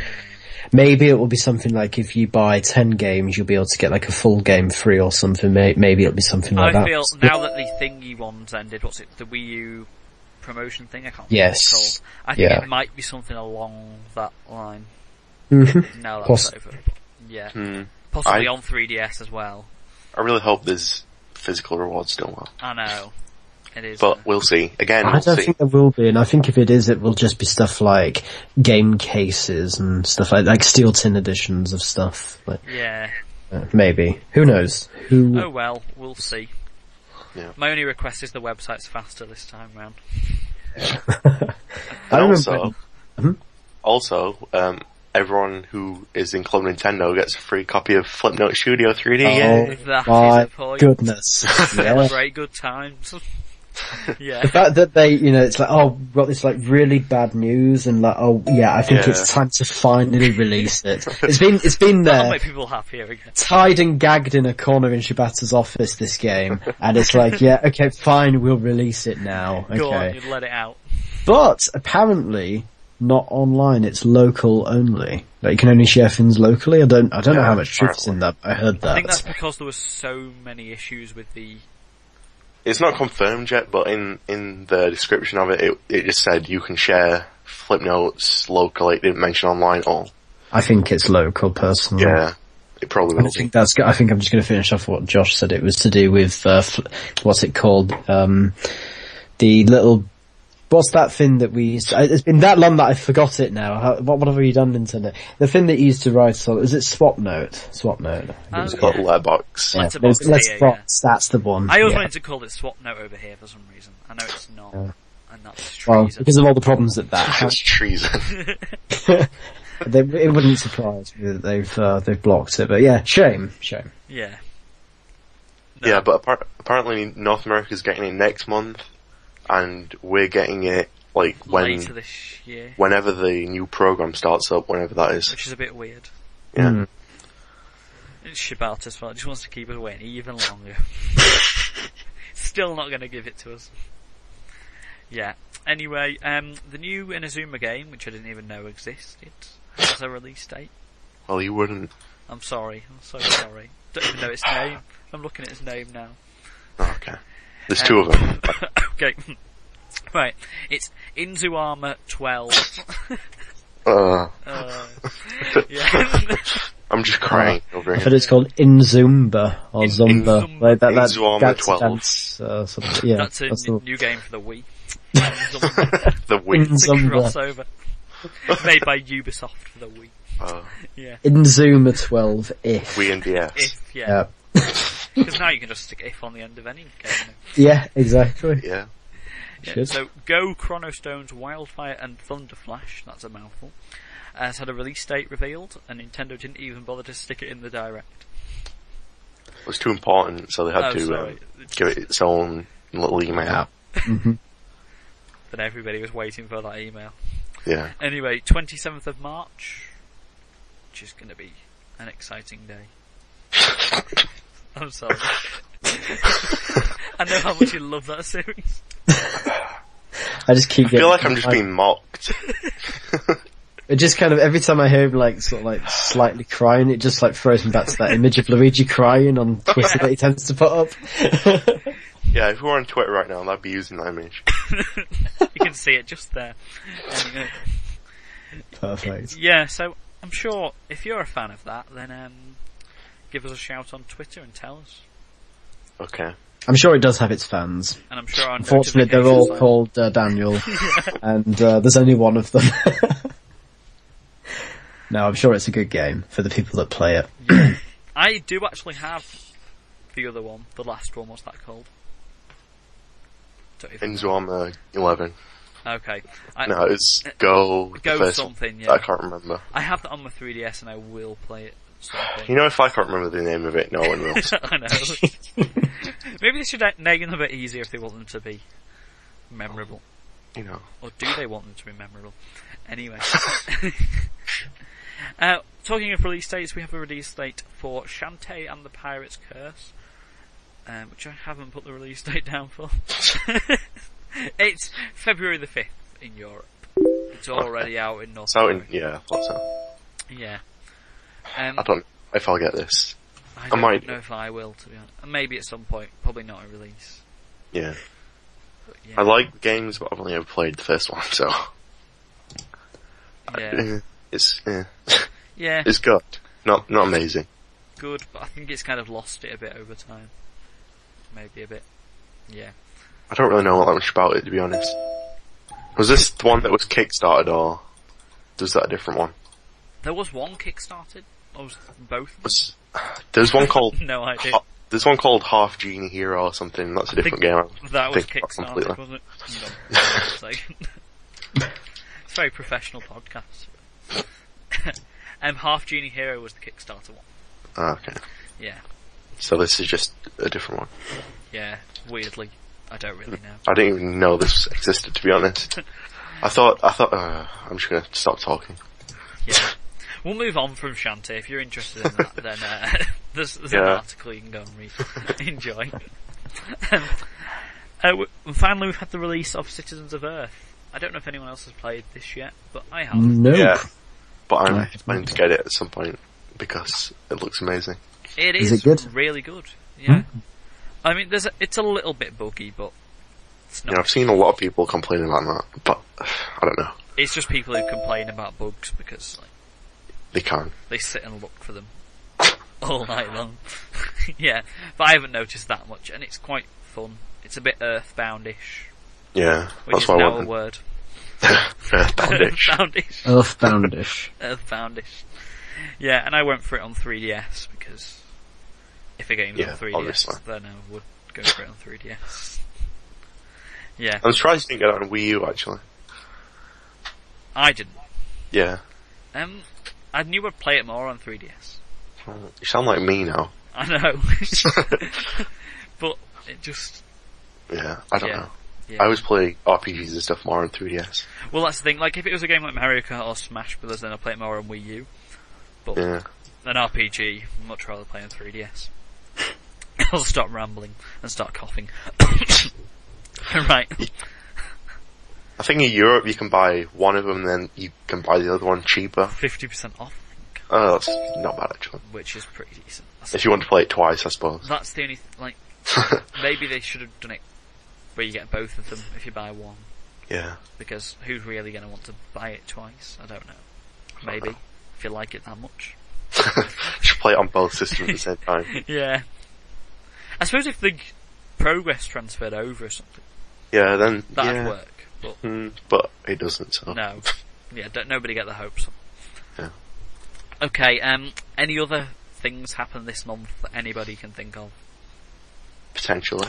maybe it will be something like if you buy ten games, you'll be able to get like a full game free or something. May- Maybe it'll be something like I that. feel now that the thingy ones ended, what's it, the Wii U promotion thing? I can't remember what it's Yes. called. I think Yeah. it might be something along that line. Mm-hmm. Now that's Poss- over. Yeah. Possibly Hmm. I- on 3DS as well. I really hope there's physical rewards still, well. I know. It is. but we'll see. Again, I we'll don't see. think there will be, and I think if it is, it will just be stuff like game cases and stuff like like steel tin editions of stuff. Like, yeah. uh, maybe who knows? Who Oh well, we'll see. Yeah. My only request is the website's faster this time round. I And remember- Mm-hmm. also, also, um, everyone who is in Club Nintendo gets a free copy of Flipnote Studio 3D. Oh yay. That is my a point. goodness! Yeah. Celebrate good times. yeah. The fact that they, you know, it's like, oh, we've got this like really bad news and like, oh yeah, I think Yeah. it's time to finally release it. It's been, it's been That'll there, make people happier again. tied and gagged in a corner in Shibata's office this game, and it's like, yeah, okay, fine, we'll release it now, Go on, okay. you'd let it out. But apparently, not online, it's local only. Like you can only share fins locally, I don't, I don't know Yeah, how much truth's in that, I heard I that. think that's because there were so many issues with the It's not confirmed yet, but in, in the description of it, it, it just said you can share Flipnotes locally. It didn't mention online at all. I think it's local personally. Yeah. It probably I will don't be. think that's. go- I think I'm just going to finish off what Josh said. It was to do with uh, fl- what's it called? Um, the little. What's that thing that we used? To, I- it's been that long that I forgot it now. How, what, what have we done, Nintendo? The thing that you used to write on was it Swap Note? Swap Note. Oh, It's yeah. got letterbox. Yeah. Let's Letterbox, yeah, yeah. That's the one. I always yeah. wanted to call it swap note over here for some reason. I know it's not. And that's well, treason. because of all the problems that that had, That's treason. they, it wouldn't surprise me that they've uh, they've blocked it. But yeah, shame, shame. yeah. Yeah, but appar- apparently North America's getting it next month, and we're getting it like when Later this year. whenever the new program starts up, whenever that is. Which is a bit weird. Yeah, Hmm. It's Shibata as well. It just wants to keep us waiting even longer. Still not going to give it to us. Yeah. Anyway, um, the new Inazuma game, which I didn't even know existed, has a release date. well, you wouldn't. I'm sorry. I'm so sorry. Don't even know its name. I'm looking at its name now. Oh, okay, Um, there's two of them. okay. Right. It's Inzuama 12. Uh, Uh, yeah. I'm just crying over But here. it's called Inzumba or Zumba, Inzumba. like that. that Inzwama dance- 12. dance, uh, sort of- yeah, That's a that's n- the- new game for the Wii. Um, The wind. It's a Zumba. crossover. Made by Ubisoft for the Wii. Uh, Yeah. Inzuma 12 if. we and DS. If, yeah. Yeah. Because now you can just stick if on the end of any game. yeah, exactly. Yeah. Yeah, Should. So Go, Chronostones, Wildfire and Thunderflash, that's a mouthful, has had a release date revealed and Nintendo didn't even bother to stick it in the direct. It was too important, so they had um, Oh, to uh, sorry. Mm-hmm. give it its own little email. Yeah. that everybody was waiting for that email. Yeah. Anyway, 27th of March, which is going to be an exciting day. I'm sorry. I know how much you love that series. I just keep. I feel like I'm just being mocked. It just kind of every time I hear him like sort of like slightly crying, it just like throws me back to that image of Luigi crying on Twitter that he tends to put up. yeah, if we were on Twitter right now, I'd be using that image. You can see it just there. Anyway, Perfect. yeah, so I'm sure if you're a fan of that, then um, give us a shout on Twitter and tell us. Okay. I'm sure it does have its fans. And I'm sure our Unfortunately, they're all notifications- called uh, Daniel, and uh, there's only one of them. no, I'm sure it's a good game for the people that play it. I do actually have the other one, the last one. What's that called? Don't even- Inzwama 11. Okay, I, No, it's Go. the Go first one. something. I Yeah, can't remember. I have that on my 3DS, and I will play it. at some point. You know, if I can't remember the name of it, no one will. I know. Maybe they should nag them a bit easier if they want them to be memorable. you know. Or do they want them to be memorable? Anyway. uh, talking of release dates, we have a release date for Shantae and the Pirate's Curse, um, which I haven't put the release date down for. it's February the 5th in Europe. It's already out in North It's out in, America. yeah, I thought so. Yeah. Um, I don't know if I'll get this. I don't might. know if I will, to be honest. Maybe at some point. Probably not a release. Yeah. But yeah. I like games, but I've only ever played the first one, so. Yeah. eh, It's, eh. yeah, it's good. Not, not amazing. good, but I think it's kind of lost it a bit over time. Maybe a bit. Yeah. I don't really know that much about it, to be honest. Was this the one that was kickstarted, or was that a different one? There was one kickstarted. Or was both? Was, there's one called No idea. Ha- there's one called Half Genie Hero or something. That's a different game. I'm That was thinking about kickstarted, completely. wasn't it? No, wait a second. it's a very professional podcast. um, Half Genie Hero was the Kickstarter one. Ah, okay. Yeah. So this is just a different one. Yeah. Weirdly. I don't really know. I didn't even know this existed, to be honest. I thought, I thought, uh, I'm just gonna stop talking. Yeah. We'll move on from Shantae. If you're interested in that, then uh, there's, there's an Yeah. article you can go and read. Enjoy. um, uh, w- and finally, we've had the release of Citizens of Earth. I don't know if anyone else has played this yet, but I have. No. Yeah. But I I'm have planning to get it at some point because it looks amazing. It is, Is it good? Hmm. really good. Yeah. I mean, there's a, it's a little bit buggy, but it's You know, not. I've seen a lot of people complain about that, but I don't know. It's just people who complain about bugs because like, They can. they sit and look for them all night long. yeah, but I haven't noticed that much, and it's quite fun. It's a bit Earthboundish, Yeah, which that's is why I now a want word. Earthboundish. Earthboundish. Earthboundish. Earthboundish. Yeah, and I went for it on 3DS because if a game's Yeah, on 3DS, obviously. then I would go for it on 3DS. Yeah, I'm surprised you didn't get it on Wii U actually. I didn't. Yeah. Um, I knew I'd play it more on 3DS. You sound like me now. I know, but it just yeah, I don't Yeah. know. yeah. I always play RPGs and stuff more on 3DS. well, that's the thing. Like, if it was a game like Mario Kart or Smash Brothers, then I would play it more on Wii U. But Yeah. an RPG, I'd much rather play on 3DS. I'll stop rambling and start coughing. right. I think in Europe you can buy one of them and then you can buy the other one cheaper. fifty percent off, I think, Oh, that's not bad actually. which is pretty decent. That's, If you want to play it twice, I suppose. that's the only th- like. maybe they should have done it where you get both of them if you buy one, yeah. because who's really going to want to buy it twice? I don't know. Maybe if you like it that much. you should play it on both systems at the same time. Yeah. I suppose if the g- progress transferred over or something, Yeah, then, that'd yeah. work. But Mm, but it doesn't, so. no, yeah, don't, nobody get their hopes up. Yeah. Okay. Um. Any other things happen this month that anybody can think of? Potentially.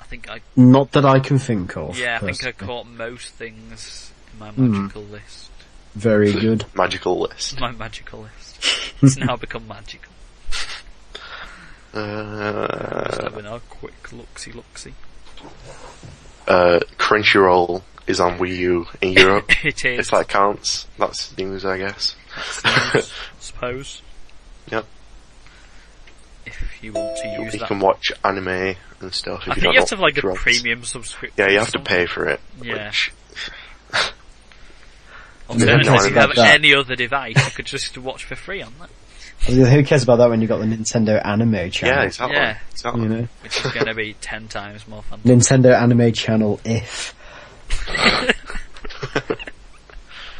I think I Not that I can think of. Yeah, I think I personally. caught most things in my magical list. Very good. Magical list. My magical list. It's now become magical. Uh, Just having a quick looksy looksy. Uh, Crunchyroll is on Wii U in Europe, it if is. that counts. That's news, I guess. I suppose Yep. if you want to You, use you that. can watch anime and stuff. If I you think don't you have to have like a drugs. premium subscription. Yeah, you or have to something. pay for it. Yeah. Which, Alternatively, Yeah, if no, you have about that. any other device, you could just watch for free on that, Who cares about that when you got the Nintendo Anime Channel? yeah, exactly. Yeah. exactly. you know, which is going to be ten times more fun. Nintendo Anime Channel if.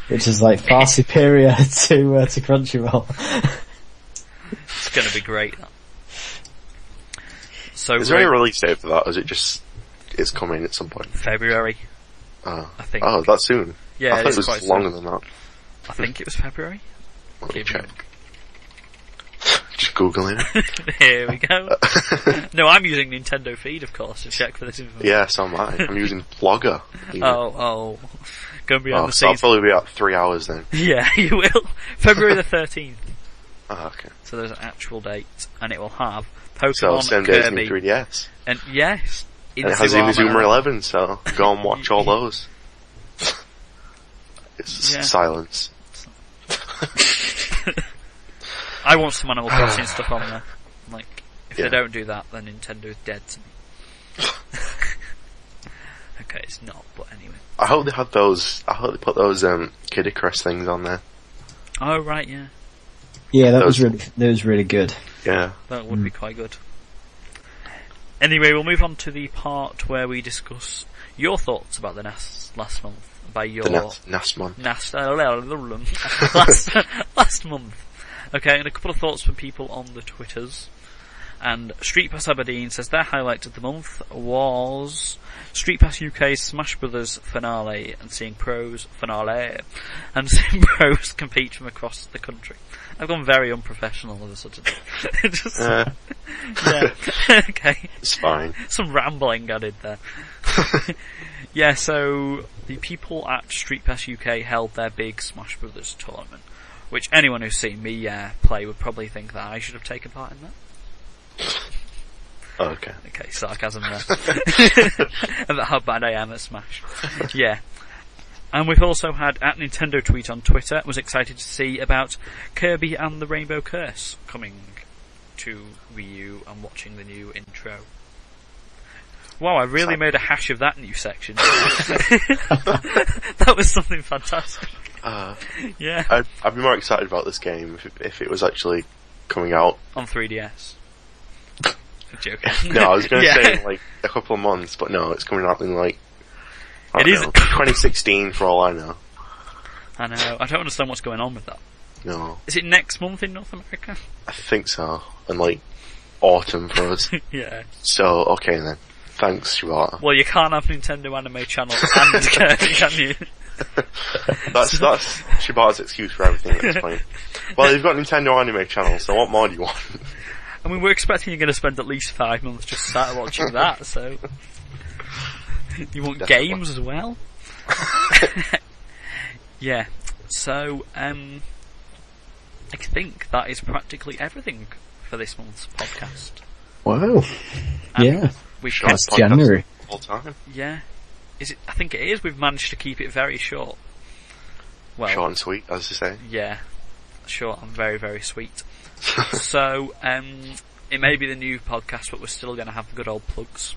Which is like far superior to uh, to Crunchyroll. It's going to be great. That. So Is there any Ro- release date for that? Or is it just it's coming at some point? February, Oh, I think. oh that's soon. yeah, I thought it's it was quite longer soon. than that. I think it was February. Let me Give me a check. Just googling it. Here we go. no, I'm using Nintendo Feed, of course, to check for this information. yeah, so am I. I'm using Blogger. even. Oh, oh, going behind Oh, the so I'll scenes. probably be about three hours then. Yeah, you will. February the thirteenth. Ah, okay. So there's an actual date, and it will have So Pokemon same day as Kirby, new 3DS. and yes, And it has Inazuma. Inazuma 11, so go and watch all those. it's Yeah. silence. I want some Animal Crossing stuff on there. Like, if Ah. Yeah. they don't do that, then Nintendo's dead to me. okay, it's not, but anyway. I hope they had those, I hope they put those, um, Kid Icarus things on there. Oh right, yeah, Yeah, that That was was- really that was really good. Yeah. that would be Hmm. quite good. Anyway, we'll move on to the part where we discuss your thoughts about the NAS last month by your The E Nas- Nasmon. Last, last, last month. Okay, and a couple of thoughts from people on the Twitters. And Street Pass Aberdeen says their highlight of the month was Street Pass UK's Smash Brothers finale and seeing pros finale and seeing pros compete from across the country. I've gone very unprofessional with a sudden. Just, Uh, yeah. okay it's fine. some rambling I did there. yeah, so the people at Street Pass UK held their big Smash Brothers tournament, which anyone who's seen me uh, play would probably think that I should have taken part in that. Okay. Okay, sarcasm there. About how bad I am at Smash. Yeah. And we've also had at Nintendo tweet on Twitter was excited to see about Kirby and the Rainbow Curse coming to Wii U and watching the new intro. Wow, I really Exciting. made a hash of that new section. that was something fantastic. Uh, Yeah. I'd, I'd be more excited about this game if, if it was actually coming out. On 3DS. Joke. No, I was going to Yeah. say in like a couple of months, but no, it's coming out in like I It don't is- know, 2016 for all I know. I know. I don't understand what's going on with that. No, Is it next month in North America? I think so, and like autumn for us. yeah. so okay then, thanks, Shibata. Well, you can't have Nintendo Anime Channel and Kirby, can you? That's that's Shibata's excuse for everything at this point. Well, you've got Nintendo Anime Channel, so what more do you want? I mean, we're expecting you're going to spend at least five months just sat watching that, so. You want Definitely. games as well? yeah. So, um, I think that is practically everything for this month's podcast. Wow. Yeah. We've Sure. kept, That's January. All time, yeah. Is it? I think it is. We've managed to keep it very short. Well, short and sweet, as they say. Yeah, sure. I'm very, very sweet. so, um, it may be the new podcast, but we're still going to have the good old plugs.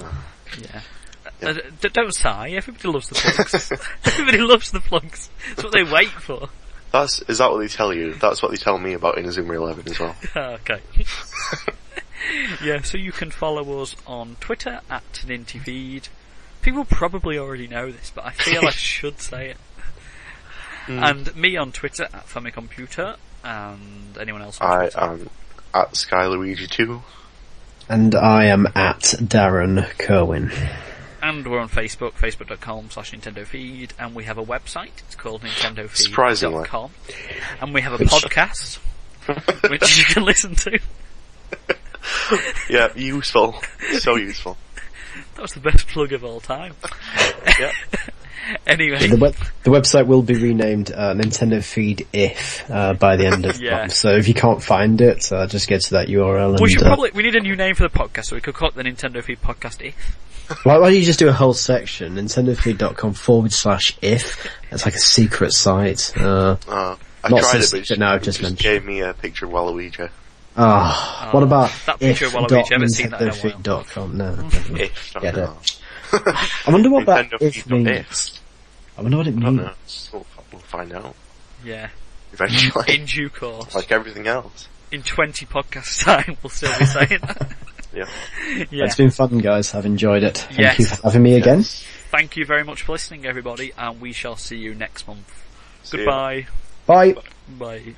Yeah. Uh, d- don't sigh. Everybody loves the plugs. Everybody loves the plugs. That's what they wait for. That's is that what they tell you? That's what they tell me about Inazuma Eleven as well. Oh, okay. yeah, so you can follow us on Twitter at Nintyfeed. People probably already know this, but I feel I should say it. And me on Twitter at Famicomputer, and anyone else on I Twitter. am at Skyluigi Two. And I am at Darren Kerwin. And we're on Facebook, facebook.com slash Nintendo Feed, and we have a website, it's called nintendofeed.com. Surprisingly. And we have a podcast, which you can listen to. Yeah, useful, so useful. That was the best plug of all time. Yeah. Anyway, The, web, the website will be renamed uh, Nintendo Feed If uh, by the end of Yeah. the month. So if you can't find it, uh, just go to that URL. And, we should uh, probably we need a new name for the podcast, so we could call it the Nintendo Feed Podcast. If why, why don't you just do a whole section? NintendoFeed.com forward slash if. That's like a secret site. Uh, Uh, I Not tried it, since- but it no, it just just mentioned. gave me a picture of Waluigi. ah, what about that picture of Waluigi, I haven't seen that in a while. if.nintendofeed.com? No. If not Mm. Yeah, now. I wonder what that Nintendo if feed not means. ifs. I wonder what it I don't know. means. We'll, we'll find out yeah, eventually. in due course, like everything else. in twenty podcasts time, we'll still be saying that. Yeah. Yeah. It's been fun, guys. I've enjoyed it. Thank Yes. you for having me again. Thank you very much for listening, everybody, and we shall see you next month. See ya. Goodbye. Bye. Bye.